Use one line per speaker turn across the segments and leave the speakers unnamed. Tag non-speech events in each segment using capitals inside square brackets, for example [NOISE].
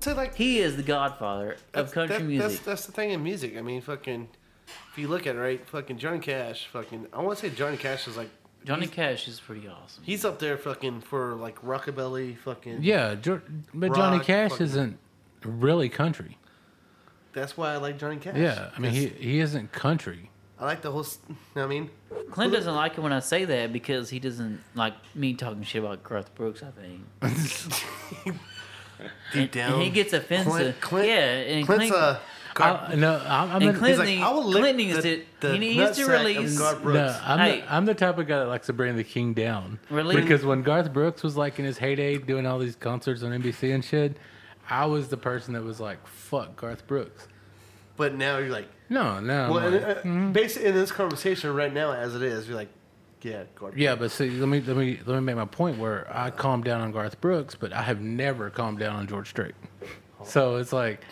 to like
He is the godfather of
that's-
country
that-
music.
That's, that's the thing in music. I mean, fucking, if you look at it, right, fucking Johnny Cash, fucking, I want to say Johnny Cash is like,
Johnny Cash is pretty awesome.
he's up there fucking for like rockabilly, fucking.
Yeah, Jo- but Johnny
Rock,
Cash
fucking-
isn't really country.
That's why I like Johnny Cash.
Yeah, I mean he
That's-
he isn't country.
I like the whole. s- You know what I
[LAUGHS]
mean,
Clint doesn't like it when I say that because he doesn't like me talking shit about Garth Brooks. I think
deep
And he gets offensive.
Clint, Clint,
yeah, and
Clint's
Clint,
a.
I, Uh, no, I'm, I'm
and
the-
Clint,
like, I will lick
Clint needs
the-
to.
the
he needs to
nutsack of
release.
Garth Brooks.
no, I'm,
Hey.
the, I'm the type of guy that likes to bring the king down.
Really?
Because when Garth Brooks was like in his heyday doing all these concerts on NBC and shit, I was the person that was like, "Fuck Garth Brooks."
But now you're like,
No, no. I'm
well,
like,
and, uh,
mm-hmm.
basically in this conversation right now, as it is, you're like, yeah, Gordon.
Yeah, but see, let me let me let me make my point where I calmed down on Garth Brooks, but I have never calmed down on George Strait. So it's like,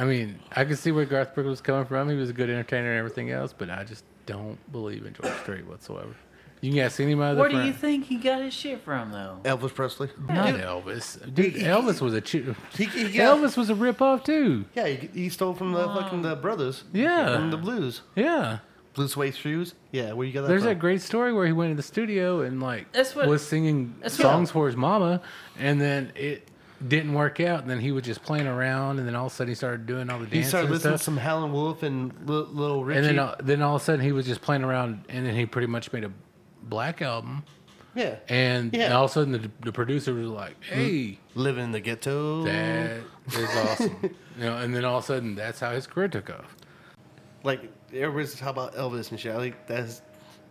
I mean, I could see where Garth Brooks was coming from. He was a good entertainer and everything else, but I just don't believe in George Strait whatsoever. You can ask any of my other
Where do you
friend.
think he got his shit from, though?
Elvis Presley.
Not
Dude,
Elvis, dude. Elvis was a chew.
He, he, got-
Elvis was a rip off too.
Yeah, he, he stole from the fucking the brothers.
Yeah.
From the blues.
Yeah,
Blue suede shoes. Yeah, where you got that
there's
from?
that great story where he went in the studio and like
That's what-
was singing
that's what-
songs for his mama, and then it didn't work out. And then he was just playing around, and then all of a sudden he started doing all the
He
dancing
started
and
listening
stuff.
to some Howlin' Wolf and Lil, Lil Richie.
and then uh, then all of a sudden he was just playing around, and then he pretty much made a black album.
yeah.
And
Yeah. Mm-hmm.
all of a sudden the, the producer was like, "Hey,
Living in the ghetto.
that is
[LAUGHS]
awesome," you know. And then all of a sudden that's how his career took off.
Like, everybody's talking about Elvis and shit. I think that's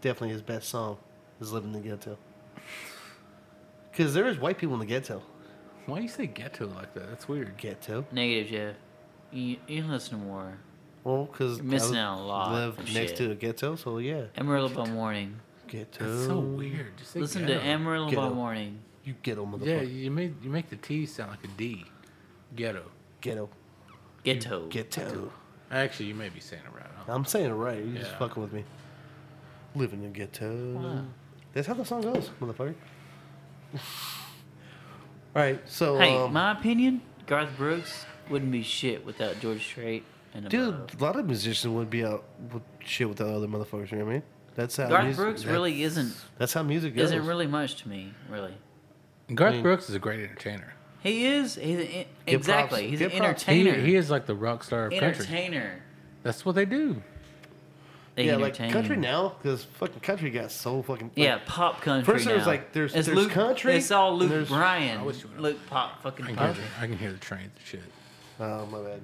definitely his best song, is Living in the Ghetto. Because there is white people in the ghetto.
Why you say ghetto like that? That's weird.
Ghetto.
Negative, Jeff. You, you listen to more.
Well, because
You're missing out a lot
live next
of shit.
to a ghetto, so yeah.
Amarillo by morning.
Ghetto.
That's so weird. Just say
Listen
ghetto.
to Amarillo by
Ghetto.
morning.
You ghetto, motherfucker.
Yeah, you made you make the T sound like a D. Ghetto.
Ghetto.
Ghetto.
Ghetto.
Actually, you may be saying it right. Huh?
I'm saying it right. You're just
Yeah.
fucking with me. Living in ghetto.
Wow.
That's how the song goes, motherfucker. [LAUGHS] All right, so
Hey,
um,
my opinion, Garth Brooks wouldn't be shit without George Strait and
dude,
above.
a lot of musicians would be out with shit without other motherfuckers. You know what I mean? That's how
Garth
music,
Brooks
that-
really isn't
That's how music goes.
isn't really much to me, really.
Garth
mean-
Brooks is a great entertainer.
He is. He's an,
Give
exactly.
props.
He's
Give
an
props.
He,
entertainer.
he is like the rock star of country.
entertainer.
That's what they do.
They
yeah, like
entertain.
country now because fucking country got so fucking like,
Yeah, pop country.
First
now.
there was, like, there's-
it's
there's
Luke,
country,
It's all
and
Luke
there's-
Bryan.
wish you would've-
Luke pop fucking
I can,
pop.
hear the, I can hear the train and shit.
Oh my bad.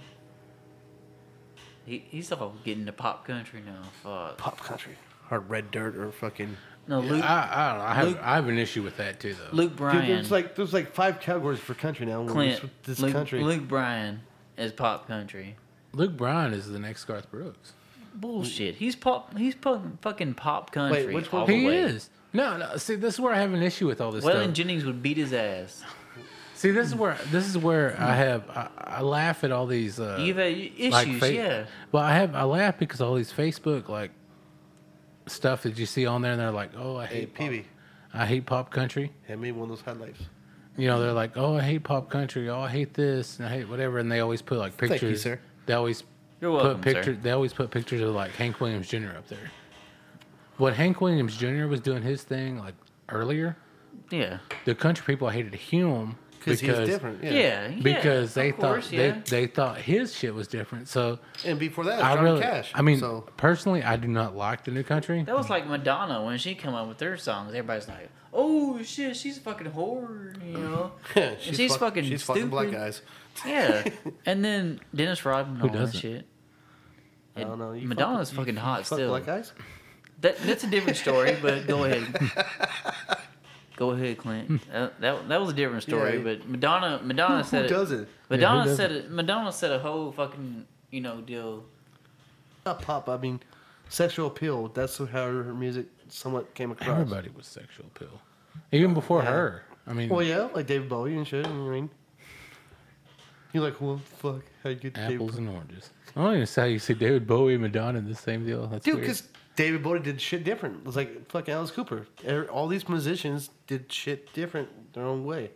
He, he's all getting to pop country now. Fuck.
Pop country or red dirt or fucking.
No, Luke.
I, I don't know. I have,
Luke-
I have an issue with that too, though.
Luke
Dude,
Bryan.
there's like there's like five categories for country now. where
Clint.
This, this
Luke,
country.
Luke Bryan is pop country.
Luke Bryan is the next Garth Brooks.
Bullshit. He's pop. He's pop, fucking pop country.
which
all
one-
the
He
way.
is. No, no. See, this is where I have an issue with all this
Waylon
stuff.
Jennings would beat his ass.
see, this is where this is where I have I, I laugh at all these. Uh,
You've had issues,
fa-
yeah.
Well, I have I laugh because all these Facebook like stuff that you see on there, and they're like, "Oh, I
Hey,
hate pop.
PB,
I hate pop country."
hand me one of those highlights.
You know, they're like, "Oh, I hate pop country. Oh, I hate this, and I hate whatever." And they always put like
Thank you,
pictures.
sir.
They always
You're welcome,
put
sir.
pictures. They always put pictures of like Hank Williams Jr. up there. When Hank Williams Jr. was doing his thing like earlier,
Yeah.
the country people hated him
Because he's different. Yeah.
Yeah. yeah,
because they
of course,
thought
yeah.
they, they thought his shit was different. So
And before that,
I
Johnny
really,
Cash.
I mean, [LAUGHS]
so
personally, I do not like the new country.
That was like Madonna when she came out with her songs. Everybody's like, "Oh shit, she's a fucking whore," you know.
[LAUGHS]
And she's,
fuck-
fucking
she's
stupid.
fucking black guys.
Yeah. and then Dennis Rodman and all that
doesn't?
shit.
I don't know. You
Madonna's
fuck-
fucking
you-
hot
you fuck
still.
Black guys.
That that's a different story,
[LAUGHS]
but go ahead. Go ahead, Clint. Uh, that that was a different story,
Yeah.
but Madonna Madonna
Who
said it.
doesn't?
Madonna
doesn't?
said it. Madonna said a whole fucking you know deal.
Not pop. I mean, sexual appeal. That's how her music somewhat came across.
Everybody was sexual pill, even before her. I mean,
Well, yeah, like David Bowie and shit. I mean, you're like, well, fuck, how you get David?
apples and oranges. I don't even see how you see David Bowie and Madonna in the same deal. That's
Dude,
weird.
because David Bowie did shit different. It was like fucking Alice Cooper. Er- All these musicians did shit different their own way.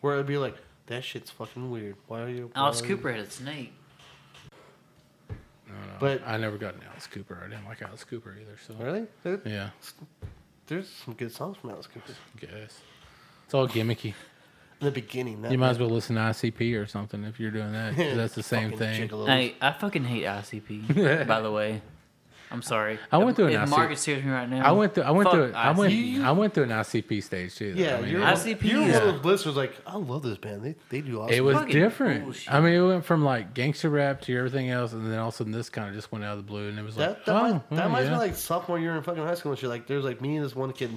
Where it'd be like, That shit's fucking weird. Why are you? why
Alice
are you-
Cooper had a snake.
I don't know.
But-
I never got an Alice Cooper. I didn't like Alice Cooper either. So
Really? There,
yeah,
There's some good songs from Alice Cooper.
I guess it's all gimmicky.
In the beginning, that
You might as well listen to ICP or something if you're doing that. 'cause That's the same
fucking
thing.
gigolos.
Hey, I fucking hate
[LAUGHS]
ICP. by the way, I'm sorry.
I went through an
If
ICP
Marcus hears me right now.
I went through. I went
fuck
through. I went.
ICP.
I went through an ICP stage too. though.
Yeah,
I mean,
you're,
it
one-
was,
ICP
you're
is-
one of those listeners like, I love this band. They, they do awesome.
it was
fucking
different.
bullshit.
I mean, it went from like gangster rap to everything else, and then all of a sudden this kind of just went out of the blue, and it was like,
that that,
oh,
might, that
oh,
reminds
yeah.
me like sophomore year in fucking high school and shit. Like there's like me and this one kid,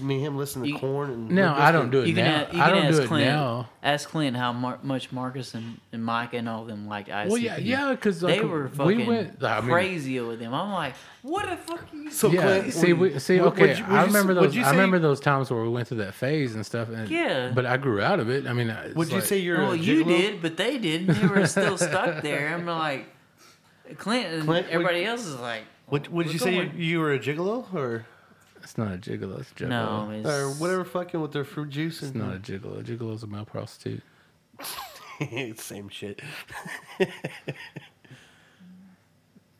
me and him listening to
You-
corn and
No,
Limp
I don't
Bizkit.
do it
You can,
now.
a- you
I
can
don't
ask
do it
Clint,
now.
Ask Clint how mar- much Marcus and, and Mike and all them liked ICP.
Well, yeah, yeah, because
They
like,
were fucking
we went. I mean,
crazy over them. I'm like, what the fuck are you?
So
yeah.
Clint,
see,
would-
we, see,
would-
okay.
would you- would
I
you s-
remember
would
those.
you
I
say-
remember those times where we went through that phase and stuff. And,
Yeah.
But I grew out of it. I mean, I- it's
Would you
like-
say you're?
Well,
a
Oh, you
gigolo?
did, but they didn't. They were still stuck there. I'm like, Clint and
Clint, would-
everybody else is like,
Would, would
we're
you say you,
going-
you were a gigolo or
It's not a gigolo. It's a gigolo.
no, it's,
or whatever? Fucking with their fruit juice
It's
and
not a gigolo. A gigolo is a male prostitute.
[LAUGHS] same shit.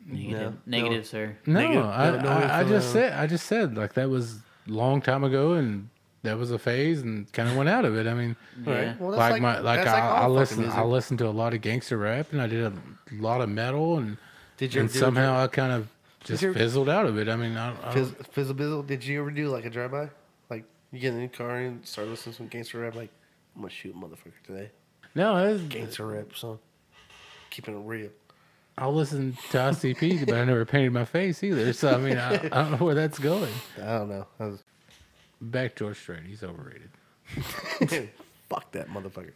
Negative,
No,
negative,
no.
sir.
No,
Negative.
I,
No, no, it's
I, I
a-
just said. I just said like that was long time ago, and that was a phase, and kind of went out of it. I mean,
All
Yeah.
Well,
like, my like
that's
I,
all
I
fucking
listened
music.
I listened to a lot of gangster rap, and I did a lot of metal, and
Did you
and
ever do a
somehow I kind of just
you-
fizzled out of it. I mean, I, I
Fizz, fizzle bizzle. Did you ever do like a drive by? Like you get in the car and start listening to some gangster rap. Like I'm gonna shoot a motherfucker today.
no, it's,
Gangster rap song. Keeping it real.
I listened to ICP,
[LAUGHS]
but I never painted my face either. So I mean, I, I don't know where that's going.
I don't know. I [LAUGHS] was,
Back George Strait, he's overrated.
fuck that motherfucker.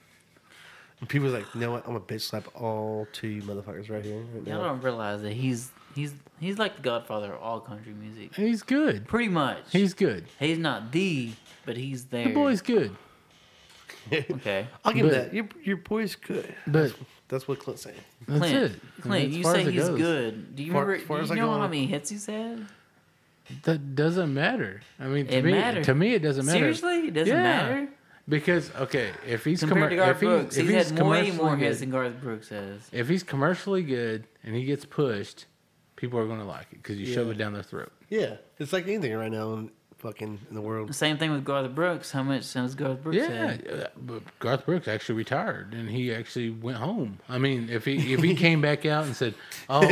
And people was like, you know what? I'm gonna bitch slap all two you motherfuckers right here. Right
Y'all
now.
don't realize that he's he's he's like the godfather of all country music.
He's good.
Pretty much.
He's good.
he's not the, but he's there.
The boy's good,
okay.
I'll give him
But-
that. Your your boy's good.
but
That's what Clint's saying.
that's
Clint,
it. I mean,
Clint,
as
you
far
say
as it
he's
goes.
good. Do you
Far-
remember?
far as
do
I
you know
go,
how many hits he's had?
That doesn't matter. I mean, to
It
me,
matters.
to me, it doesn't matter.
Seriously, it doesn't
Yeah.
matter.
Because okay, if he's
Compared to
commer-
Garth
if
Brooks,
he's, if
he's,
he's
had more, way
commercially
more hits
good-
than Garth Brooks has.
if he's commercially good and he gets pushed, people are going to like it because you shove
Yeah.
it down their throat.
Yeah, it's like anything right now in fucking in the world.
Same thing with Garth Brooks. How much has Garth Brooks
Yeah,
had?
uh, but Garth Brooks actually retired and he actually went home. I mean, if he if he came back out and
[LAUGHS]
said, "Oh,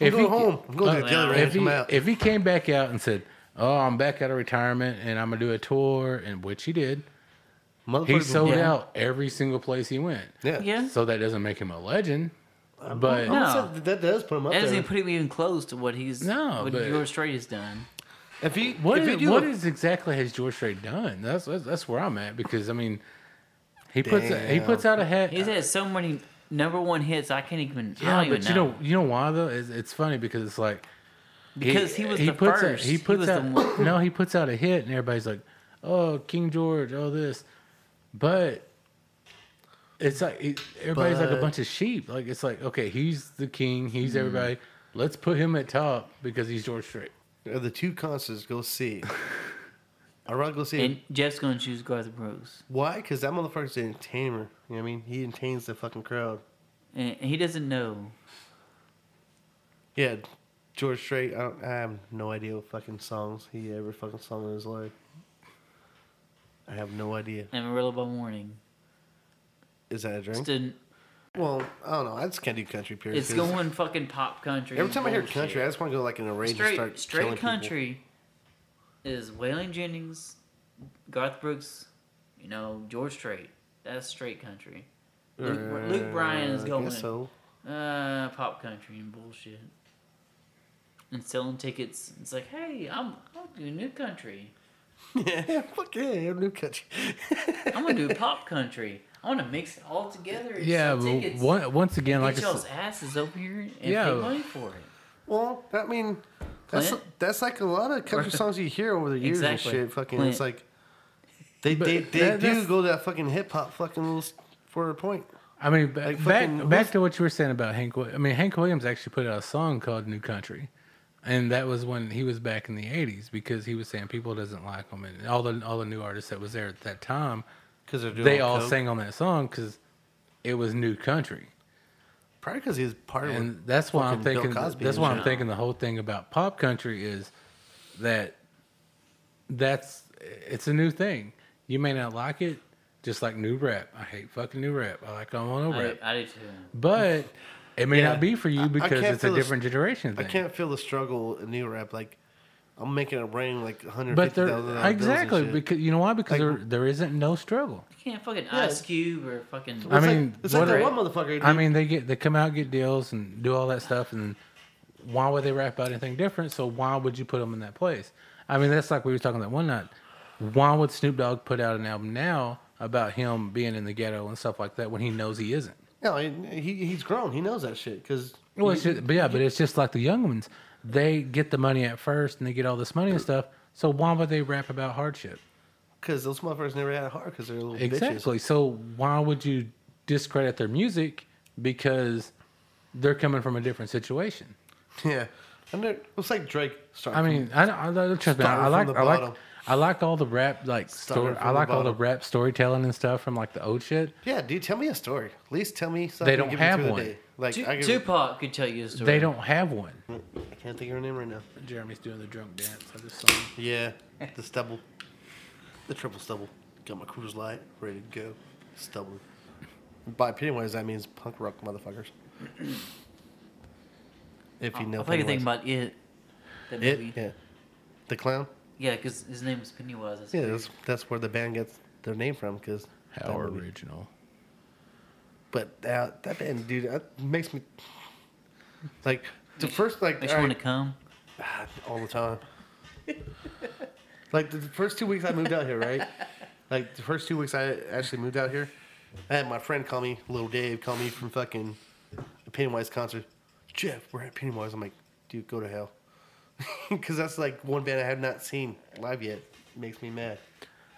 if
going
he Uh,
home. I'm going to the
jelly
ranch.
if he,
I'm out.
if he came back out and said, "Oh, I'm back out of retirement and I'm gonna do a tour," and which he did, he
Motherfuckers,
sold
Yeah.
out every single place he went.
yeah. Uh,
Yeah.
So that doesn't make him a legend, but
no.
I'm gonna say That does put him up
That
there.
doesn't put him even close to what he's
No,
what
but-
George Strait has done.
If he,
what
if
is,
he do
what
a-
is exactly has George Strait done? That's, that's that's where I'm at because I mean, he puts he
Damn.
puts out a hat.
He's had so many number one hits. I can't even. I
yeah,
don't
but
even
you
know.
know you know why though? It's, it's funny because it's like
Because he was the
puts
first.
Out, he
He
puts
was the
out no, he puts out a hit and everybody's like, oh King George, oh this, but. It's like it, everybody's
But-
like
Mm-hmm.
a bunch of sheep. Like it's like okay, he's the king, he's everybody. Let's put him at top because he's George Strait.
of the two concerts go
[LAUGHS]
see? I'd rather go see.
And Jeff's gonna choose Garth Brooks,
Why? Because that motherfucker's an entertainer. You know what I mean? He entertains the fucking crowd.
and he doesn't know.
Yeah, George Strait. I, don't, I have no idea what fucking songs he ever fucking sung in his life. I have no idea.
And Amarillo by morning.
Is that a drink?
It's, an-
well, I don't know. I just can't do country. Period.
it's
'cause
going fucking pop country.
Every time I hear
bullshit.
country, I just want to go like in a rage and
straight
start
straight
killing people.
country is Waylon Jennings, Garth Brooks, you know George Strait. That's straight country. Luke, Luke Bryan is
I guess
going [LAUGHS]
So [LAUGHS]
uh, pop country and bullshit, and selling tickets. It's like, hey, I'm I'll do new country.
yeah, fuck yeah, new country. [LAUGHS]
I'm gonna do pop country. I want to mix it all together. and sell
Yeah, but
tickets.
one, once again,
Get
like I
y'all's
said-
asses over here and
Yeah,
pay
but-
money for it.
Well, I mean, that's
Clint?
that's like a lot of country songs you hear over the years
Exactly.
and shit. Fucking, it's
Clint.
like they
But
they, they
that-
do
that's-
go to that fucking hip hop fucking little s- for a point.
I mean, ba-
Like
back
fucking-
back to what you were saying about Hank. Wi- I mean, Hank Williams actually put out a song called "New Country," and that was when he was back in the '80s because he was saying people doesn't like him, and all the all the new artists that was there at that time
Because they're doing
they all
coke.
sang on that song because it was new country,
probably because he was part of it.
and that's why I'm
fucking Bill
thinking.
Cosby
That's
and
why I'm
shit.
thinking the whole thing about pop country is that that's it's a new thing. You may not like it, just like new rap. I hate fucking new rap. I like all my old
I,
rap,
I do too.
but it may
Yeah.
not be for
I- I
you because
can't
it's a
feel this-
different generation
I
thing.
can't feel the struggle in new rap. Like I'm making it rain like 150,000.
but there
dollars
exactly
and shit.
because you know why because
Like-
there, there isn't no struggle.
You can't fucking
Yeah.
Ice Cube or fucking.
I
It's like-
mean,
it's like
what
that
are-
one motherfucker.
I
dude.
mean, they get they come out get deals and do all that stuff, and why would they rap about anything different? So why would you put them in that place? I mean, that's like we were talking that one night. Why would Snoop Dogg put out an album now about him being in the ghetto and stuff like that when he knows he isn't?
no, he- he he's grown. He knows that shit because
Well, it's just, but yeah, but it's just like the young ones. They get the money at first and they get all this money and stuff. So why would they rap about hardship?
because those motherfuckers never had a heart because they're little bitches.
Exactly. So why would you discredit their music because they're coming from a different situation?
[LAUGHS] Yeah, and they're- it's like Drake. Started
I
from-
mean, I, I, I trust
Started
me. I, I
from
like,
the
I like,
bottom.
I like all the rap, like story.
Started from the
I like all the
bottom.
rap storytelling and stuff from like the old shit.
yeah, dude, tell me a story. At least tell me something.
They
to
don't
get me
have
through the
one.
day. Like
Tu-
I, can,
Tupac could tell you a story.
They don't have one.
I can't think of her name right now.
Jeremy's doing the drunk dance of this song.
Yeah, the stubble, the triple stubble. Got my cruise light ready to go. Stubble. By Pennywise, that means punk rock
[COUGHS]
motherfuckers. if you know
I think
Pennywise.
about it. That
it,
movie.
yeah, the clown.
Yeah, because his name is Pennywise. That's
Yeah,
weird.
that's that's where the band gets their name from. Because
How original.
But that that band, dude, that makes me like the first like
Makes
all
you want
right,
to come.
God, all the time. like the first two weeks I moved out here, right? Like the first two weeks I actually moved out here, I had my friend call me, little Dave, call me from fucking a Pennywise concert. Jeff, we're at Pennywise. I'm like, dude, go to hell, [LAUGHS] because that's like one band I have not seen live yet. Makes me mad.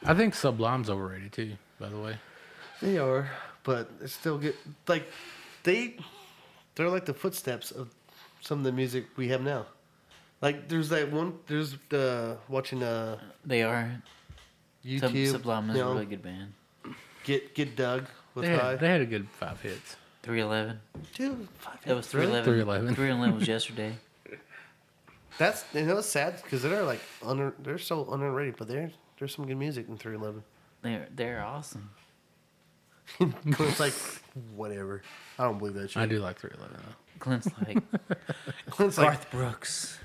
I think Sublime's overrated too. By the way,
They are, but it's still good. Like they, they're like the footsteps of some of the music we have now. Like there's that one. There's the watching uh
They are. Sub-
YouTube.
Sublime is
you
a
know,
really good band.
Get get Doug with
they
high.
had, they had a good five hits.
311.
Dude, fuck
That was
really?
311.
311.
311
[LAUGHS]
was yesterday.
That's you know it's sad because they're like under they're so underrated, but they're there's some good music in 311.
[LAUGHS]
They're they're awesome.
Clint's like whatever. I don't believe that shit. [LAUGHS]
I do like 311 though.
Clint's like
[LAUGHS]
Clint's like
Garth Brooks.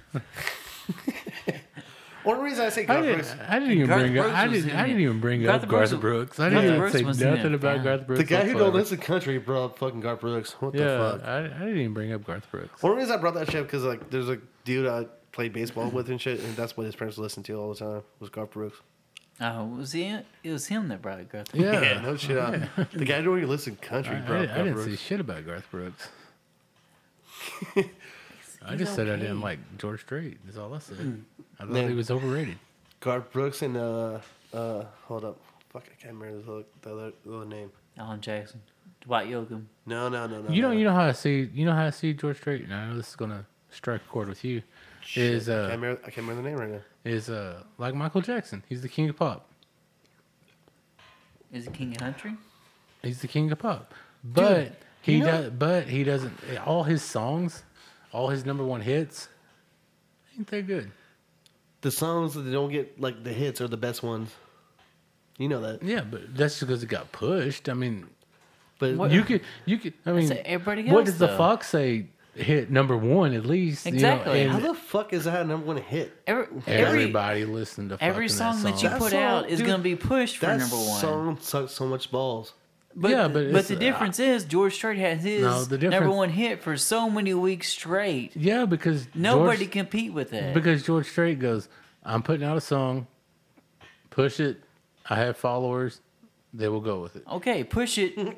only reason I say
I
Garth
didn't,
Brooks,
I didn't even
Garth
bring
Brooks
up. I
was
didn't.
in
I
it.
didn't even bring
Garth
up
Brooks
Garth
was-
Brooks. I
Garth
didn't
Brooks
even
was
say
in it,
nothing about
yeah.
Garth Brooks.
the guy who
whatsoever.
don't listen to country brought up fucking Garth Brooks. What the
Yeah,
fuck?
I, I didn't even bring up Garth Brooks.
One reason I brought that shit because like there's a dude I played baseball with and shit, and that's what his parents listened to all the time was Garth Brooks.
Oh, was he? It was him that brought Garth. Brooks.
Yeah,
no shit. uh, The guy who even listened to country,
I,
bro.
I,
Garth
didn't
Brooks.
say shit about Garth Brooks.
[LAUGHS]
I
He's
just said I
okay.
didn't like George Strait. Is all I said.
Hmm.
I thought
Man.
he was overrated.
Garth Brooks and uh uh hold up, fuck, I can't remember the other, the other, the other name.
Alan Jackson, Dwight Yoakam.
No, no, no, no.
You know,
no.
you know how I see. You know how I see George Strait, and I know this is gonna strike a chord with you.
Shit,
is,
I,
uh,
can't remember, I can't remember the name right now.
Is uh like Michael Jackson. He's the king of pop.
Is it King of Country?
He's the king of pop. But he
you know-
does. But he doesn't. All his songs, all his number one hits, ain't that good?
The songs that don't get like the hits are the best ones. You know that,
Yeah, but that's just because it got pushed. I mean,
but
What-
You could, you could. I mean,
Say everybody
what
else,
does the
though.
fox say? Hit number one at least. you know,
Exactly.
and
how the fuck is that number one hit?
Every every
everybody listened to
every
fucking
song that, you
That
put
song,
out is
dude,
going to be pushed for
That
number one.
song sucks so much balls.
But
Yeah,
the,
but
but,
it's-
the difference is George Strait had his
No, the
number
difference-
one hit for so many weeks straight.
Yeah, because
Nobody
George,
compete with that.
because George Strait goes, I'm putting out a song, push it. I have followers, they will go with it.
okay, push it.
[LAUGHS]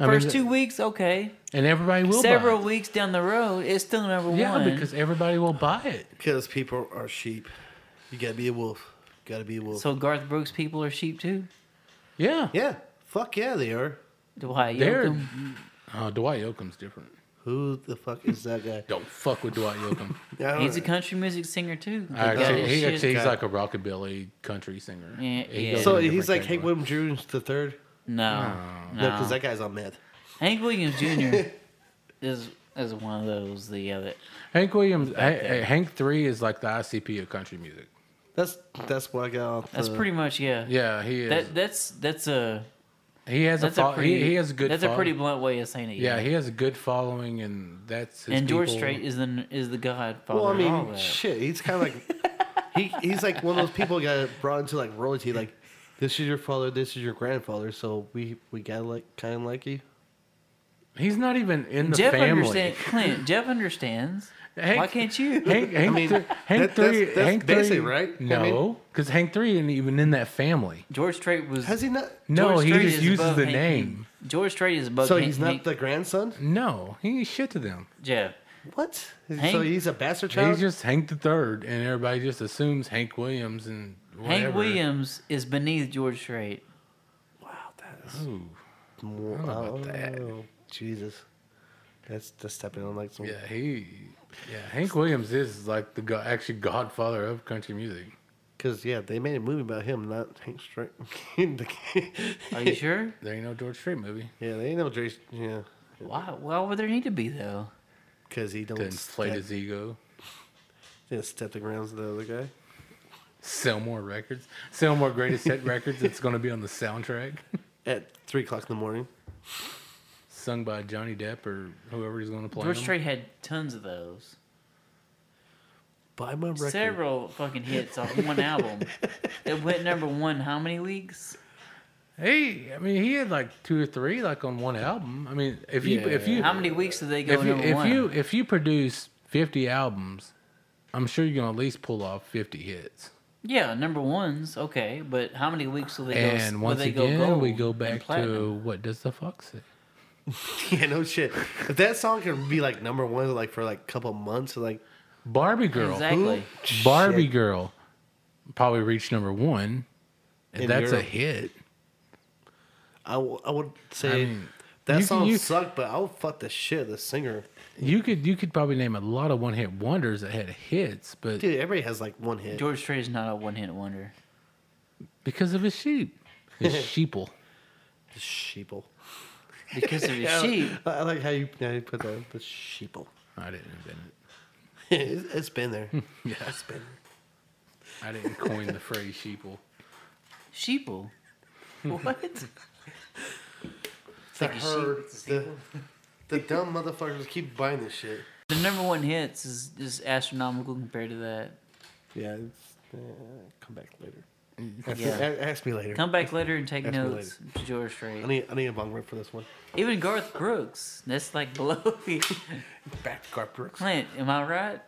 I mean,
First two weeks, okay.
and everybody will
Several
buy.
weeks down the road, it's still number
It. Yeah,
one.
because everybody will buy it.
Because people are sheep. You gotta be a wolf. Gotta be a wolf.
so Garth Brooks people are sheep too.
Yeah,
yeah, fuck yeah, they are.
Dwight
they're.
Yoakam.
Oh, Dwight Yoakam's different.
Who the fuck is that [LAUGHS] guy?
Don't fuck with Dwight [LAUGHS] Yoakam.
I don't
He's a
know.
country music singer too. They got
Actually,
his
he,
shit.
actually, he's
Okay.
like a rockabilly country singer.
Yeah,
He
yeah.
goes
so
in a
he's
different
like Hank
category.
William Jr. the third.
No, no.
No, because that guy's on meth.
Hank Williams
[LAUGHS]
Jr. is is one of those. The other,
Hank Williams, Ha- Hank Three is like the ICP of country music.
That's that's what I got. Off
that's
the-
pretty much yeah.
Yeah, he is.
That that's that's a
he has a,
that's a
fo-
pretty
he, he has a good.
that's a
fol-
pretty blunt way of saying it.
Yeah, he has a good following, and that's his
and George
people.
Strait is the is the godfather.
Well, I
of all
mean,
that.
shit. He's kind of like he he's like one of those people that got brought into like royalty. Like this is your father, this is your grandfather. So we we got like kind of like you.
He's not even in the
Jeff
family.
understand Clint. Jeff understands.
Hank-
Why can't you?
[LAUGHS] Hank, Hank,
mean,
Thr- Hank
that- that's-
three,
that's
Hank
basic,
three,
right? I mean-
No, because Hank three isn't even in that family.
George Strait was.
Has he not?
No,
George
he
Strait
just
is
uses
above
the
Hank-
name.
George Strait is above.
So
Hank-
he's not
Hank-
the grandson.
No, he ain't shit to them.
Jeff.
What? So
Hank-
he's a bastard child.
He's just Hank the third, and everybody just assumes Hank Williams and whatever.
Hank Williams is beneath George Strait.
wow, that's
Ooh,
more,
about that.
oh, Jesus. That's that's stepping on like some.
yeah, he, yeah, Hank Williams is like the go- actually godfather of country music.
Because yeah, they made a movie about him, not Hank [LAUGHS] Strait. yeah, [LAUGHS]
Are
[LAUGHS]
you sure?
There ain't no George Strait movie.
they ain't no Drake. Yeah,
Why? Why would there need to be though?
because he don't
To inflate
step-
his ego.
didn't step the grounds of the other guy.
Sell more records. Sell more greatest hit records. It's going to be on the soundtrack,
at three o'clock in the morning.
sung by Johnny Depp or whoever he's going to play.
George
them.
Strait had tons of those.
Buy my record.
Several fucking hits off one album. It went number one. How many weeks?
Hey, I mean, he had like two or three like on one album. I mean, if you if you
How many weeks did they go
if you
number
if
one?
you if you produce fifty albums, I'm sure you're gonna at least pull off fifty hits.
yeah, number ones. Okay, but how many weeks will they go?
and
will
once
they
again,
go
we
gold
go
and
back
platinum?
to what does the fox say?
[LAUGHS] yeah, no shit. If that song can be like number one, like for like a couple months, like
Barbie girl,
exactly.
Barbie
Shit.
girl, probably reached number one. And
In
that's a
Europe.
hit.
I, w- I would say
I mean,
that
you-
song
you-
sucked, but I would fuck the shit out of the singer.
You could you could probably name a lot of one hit wonders that had hits, but
Dude, everybody has like one hit.
George Strait is not a one-hit wonder.
because of his
[LAUGHS]
sheep, his sheeple.
The sheeple.
because
[LAUGHS]
of his sheep.
[LAUGHS] I, I like how you, how you put that. The sheeple. [LAUGHS]
I didn't invent it.
It's- it's been there.
[LAUGHS] Yeah, I didn't coin the phrase sheeple.
Sheeple.
[LAUGHS]
What?
It's like her. the, the dumb motherfuckers keep buying this shit.
the number one hits is just astronomical compared to that.
Yeah, it's, uh, come back later.
Mm,
Yeah.
A- Ask me later.
Come back later and take
Ask me
notes, George Strait.
I need I need a bong rip for this one.
Even Garth Brooks. That's like below [LAUGHS] me.
Back to Garth Brooks.
Clint, am I right?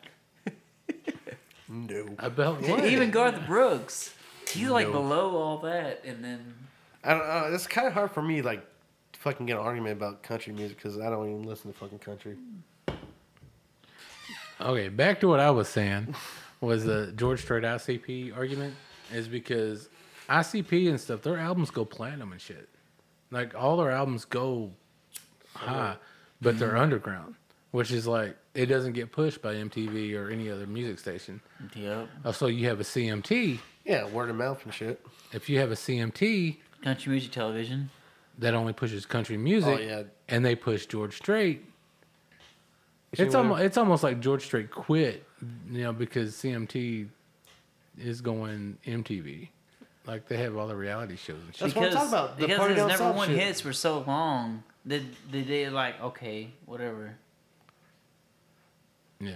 No.
About
[LAUGHS]
what?
Even Garth Brooks. He's like
No.
below all that, and then
I don't know. It's kind of hard for me, like, to fucking get an argument about country music because I don't even listen to fucking country.
Okay, back to what I was saying was the George Strait ICP argument is because ICP and stuff, their albums go platinum and shit. Like all their albums go high, but they're underground, which is like it doesn't get pushed by MTV or any other music station.
yep.
Also, you have a CMT.
Yeah, word of mouth and shit.
If you have a CMT,
country music television.
that only pushes country music.
Oh, yeah.
And they push George Strait.
see
It's
where-
almost it's almost like George Strait quit, you know, because CMT is going MTV. Like they have all the reality shows and shit.
That's what I'm talking about, the
because
party
his
down
number
south
one
shit.
hits were so long that that they like okay, whatever.
Yeah.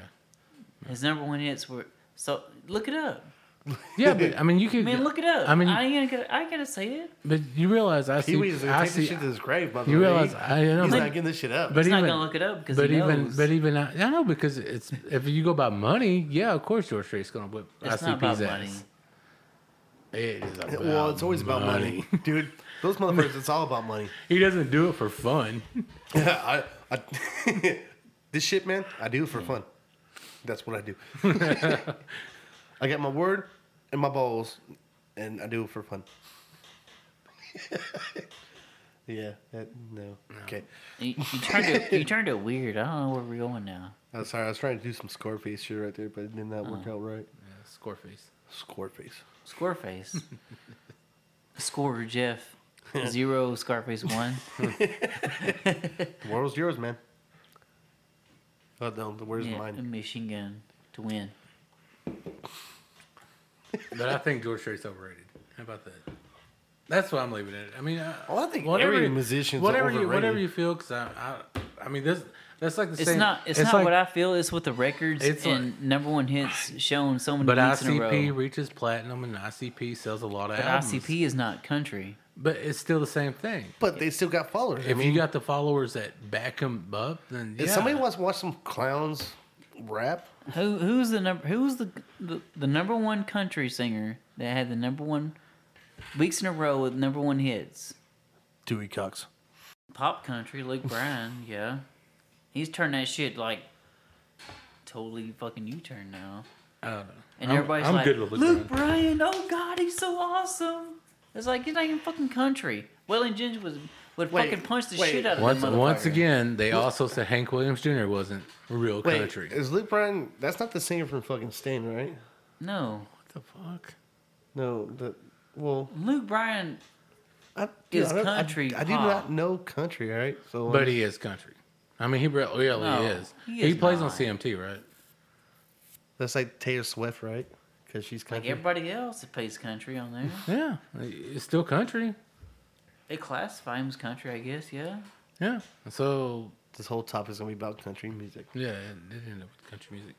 His number one hits were so look it up.
Yeah, but I mean you
I [LAUGHS]
could
mean, look it up.
I
I
mean-
mean, I ain't gonna, I gotta say it.
but you realize I
Pee
see
Wee's
I
gonna take this
see
shit to his grave, motherfucker.
you realize
He-
I know
he's
but,
not getting this shit up.
but
He's
even
not gonna look it up because
but
he
even
knows.
but even I, I know because it's if you go by money, yeah, of course George Strait's gonna whip
it's not about
ICP's
money.
ass. It is about
well, it's always about money, dude.
[LAUGHS]
Those motherfuckers, it's all about money.
He doesn't do it
[LAUGHS]
for fun.
I, [LAUGHS] I, this shit, man, I do it for fun. That's what I do. [LAUGHS] I got my word and my balls, and I do it for fun. [LAUGHS] yeah, that, no. Okay.
You, you turned it. You turned it weird. I don't know where we're going now.
I'm sorry, I was trying to do some Scarface shit right there, but it did not work out right.
Yeah, Scoreface. [LAUGHS]
Scoreface.
Scoreface. Score Jeff. Zero Scarface
[LAUGHS]
one.
[LAUGHS] The world's yours, man. Oh, no, the word is
Yeah,
mine.
a machine gun to win.
But I think George Strait's overrated. How about that? That's why I'm leaving it. I mean, I,
Well, I think every musician's
whatever you,
overrated.
whatever you feel, because I, I, I mean, this, that's like the
It's
same.
not. It's, not
like,
what I feel. It's what the records
It's
and
like-
number one
[SIGHS]
hits shown so many
But
weeks in a
ICP
row.
reaches platinum, and ICP sells a lot of
But
albums.
ICP is not country.
but it's still the same thing.
But they still got followers. I
If
mean,
you got the followers that back him up, then yeah.
if somebody wants to watch some clowns rap,
Who who's the number? Who's the, the the number one country singer that had the number one weeks in a row with number one hits?
Dewey Cox.
Pop country,
[LAUGHS]
Luke Bryan. Yeah, he's turned that shit like totally fucking U turn now.
Uh,
And
I'm-
everybody's
I'm
like,
good with
Luke,
Luke
Bryan. oh god, he's so awesome. It's like, he's not even fucking country. Waylon Jennings was, would
Wait,
fucking punch the
wait.
shit out of
once
the motherfucker.
once again, they also said Hank Williams Jr. wasn't real
Wait,
country.
is Luke Bryan? That's not the singer from fucking Stain, right?
No.
What the fuck?
No, the well,
Luke Bryan,
I,
Is
I don't- I-
country
I, do
pop.
not know country. All right, so um,
But he is country. I mean, he re- really
No,
is.
he
He,
is
plays
not.
on CMT, right?
that's like Taylor Swift, right? Because she's
like
country.
everybody else that plays country on there,
Yeah, it's still country.
they classify him as country, I guess, yeah.
Yeah. So
this whole topic's gonna be about country music.
yeah, it did end up with country music.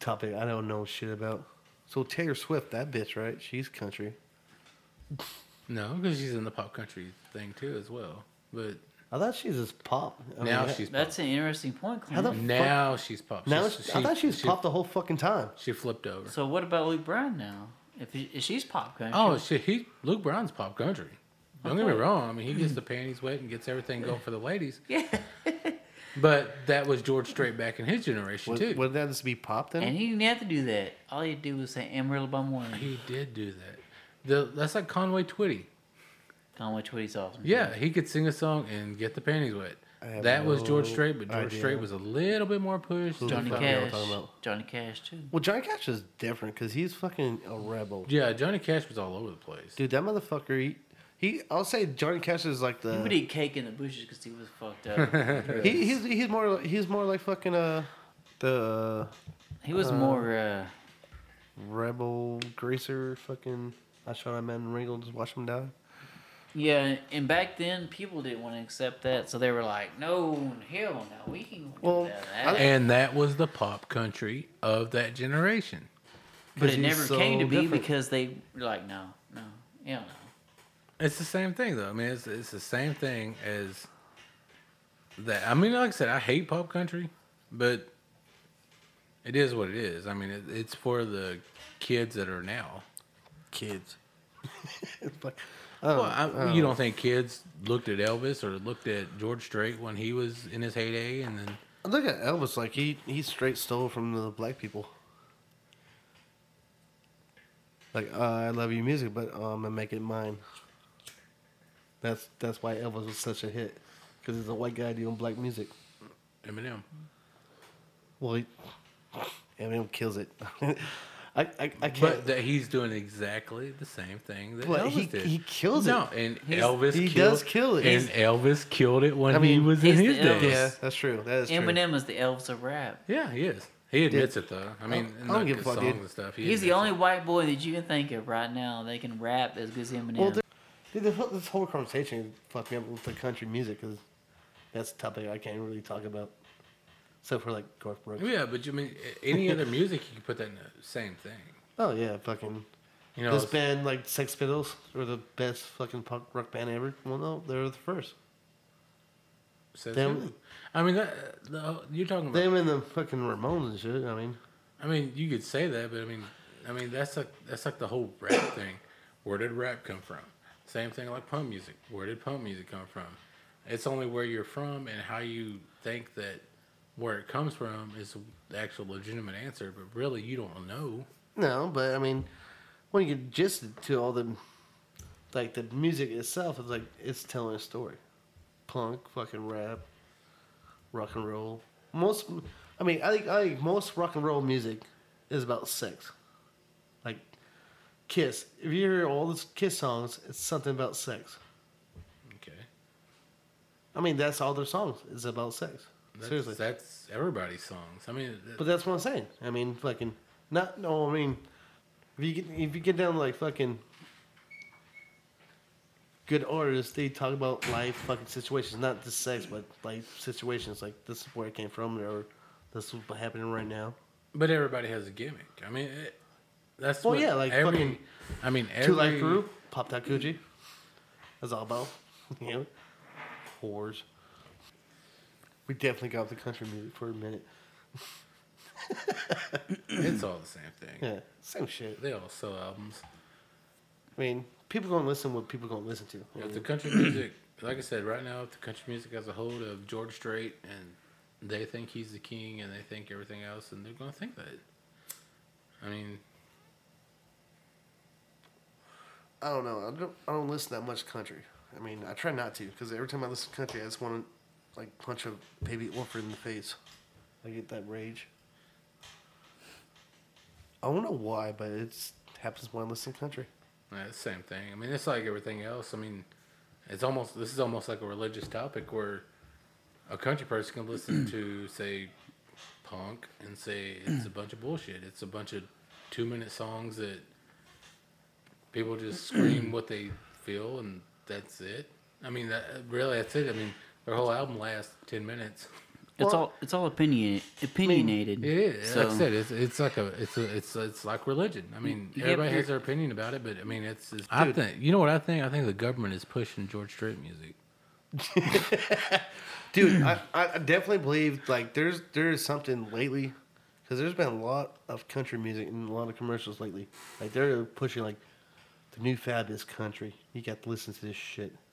Topic I don't know shit about. So Taylor Swift, that bitch, right? She's country.
No, because she's in the pop country thing too as well. But
I thought she was just pop. I
now
mean,
she's
That's an interesting point,
How the
Clint.
f-
now she's pop.
now.
She's-
she- I thought she was
she,
pop the whole fucking time.
She flipped over.
So what about Luke Bryan now? If, he, if she's pop country,
Oh shit! He Luke Bryan's pop country. Don't get me
Okay.
wrong. I mean, he
[CLEARS THROAT]
gets the panties wet and gets everything going for the ladies.
[LAUGHS] Yeah.
But that was George Strait back in his generation
Would,
too.
wouldn't that just be pop then?
and he didn't have to do that. All he had to do was say Amarillo by morning.
He did do that. The, that's like Conway Twitty.
Conway Twitty's awesome.
Yeah, he could sing a song and get the panties wet.
I have
That was George
no
Strait, but George
idea.
Strait was a little bit more pushed.
Who-
Johnny
Fuck yeah, we're
Cash.
talking about-
Johnny Cash too.
Well, Johnny Cash is different because he's fucking a rebel,
Yeah, Johnny Cash was all over the place.
dude. That motherfucker. He, he I'll say Johnny Cash is like
He
the
would eat cake in the bushes because he was fucked
[LAUGHS]
up.
he, he's he's more he's more like fucking uh the
he was more. Uh,
rebel greaser fucking. I shot a man in Ringle, just watch him die. [LAUGHS]
yeah, and back then people didn't want to accept that, so they were like, "No, hell no, we can
Well,
well, that."
I-
And that was the pop country of that generation.
but
he's
it never
so
came to be
different.
because they were like, "No, no, hell no."
It's the same thing, though. I mean, it's, it's the same thing as that. I mean, like I said, I hate pop country, but it is what it is. I mean, it, it's for the kids that are now.
Kids. it's like,
Well, I,
Oh,
you don't think kids looked at Elvis or looked at George Strait when he was in his heyday, and then
Look at Elvis, like he he straight stole from the black people. Like uh, I love your music, but uh, I'm gonna make it mine. That's that's why Elvis was such a hit, because it's a white guy doing black music.
Eminem.
Well, he, Eminem kills it. [LAUGHS] I, I I
But
can't.
that he's doing exactly the same thing that
But
Elvis
he-
did.
he kills it.
no, and
He's-
Elvis
he
killed,
does kill it.
and
He's-
Elvis killed it when
I
he
mean,
was in
he's
his
the
day.
Elvis.
yeah, that's true. That is true.
Eminem is the Elvis of rap.
Yeah, he is. He admits it though. I mean,
I
in
don't
like
give a
his
fuck,
songs
dude.
and stuff. he
He's the
admits
only
it.
white boy that you can think of right now that can rap as good as Eminem.
Well, there- Dude, this whole, this whole conversation fucked me up with the country music because that's a topic I can't really talk about, except for like Garth Brooks.
Yeah, but you mean a- any other music you can put that in the same thing.
Oh yeah, fucking.
You know,
this
it's-
band, like Sex Pistols, were the best fucking punk rock band ever. Well, no, they were the first.
says
them-
who? I mean, that, the, you're talking about.
Them and the fucking Ramones and shit. I mean,
I mean, you could say that, but I mean, I mean that's like that's like the whole rap [COUGHS] thing. Where did rap come from? Same thing like punk music. Where did punk music come from? It's only where you're from and how you think that where it comes from is the actual legitimate answer, but really you don't know.
no, but I mean, when you get just to all the, like the music itself, it's like it's telling a story. Punk, fucking rap, rock and roll. Most, I mean, I think I think most rock and roll music is about sex, like Kiss. If you hear all these Kiss songs, it's something about sex.
Okay.
I mean, that's all their songs is about sex.
That's,
Seriously.
That's everybody's songs. I mean, that-
But that's what I'm saying. I mean, fucking not. No, I mean, if you get, if you get down to like fucking good artists, they talk about life, fucking situations, not just sex, but like situations. Like this is where it came from, or this is what's happening right now.
but everybody has a gimmick. I mean, it, that's
Well,
what
yeah, like
every,
fucking
I mean, every
Two Life Crew, Pop That Coochie. That's all about. [LAUGHS] You know, whores. We definitely got the country music for a minute.
It's all the same thing.
Yeah, same shit.
They all sell albums.
I mean, people gonna listen what people gonna listen to. I
If
mean,
the country music, like I said, right now, if the country music has a hold of George Strait and they think he's the king and they think everything else, and they're going to think that. I mean,
I don't know. I don't. I don't listen that much country. I mean, I try not to because every time I listen to country, I just want to like punch a baby Orford in the face. I get that rage. I don't know why, but it's happens when I listen to country.
yeah, it's the Uh, same thing. I mean, it's like everything else. I mean, it's almost, this is almost like a religious topic where a country person can listen to, say, punk and say it's a bunch of bullshit. It's a bunch of two minute songs that people just scream what they feel and that's it. I mean, that really, that's it. I mean, their whole album lasts 10 minutes. [LAUGHS]
It's
Well-
all it's all opinion opinionated.
It is.
So
like I said, it's, it's like a, it's a, it's, it's like religion. I mean,
You get
everybody
your-
has their opinion about it, but I mean, it's, it's I think, you know what I think? I think the government is pushing George Strait music.
[CLEARS THROAT] Dude, I, I definitely believe like there's there is something lately because there's been a lot of country music and a lot of commercials lately. Like they're pushing like the new fad is country. You got to listen to this shit.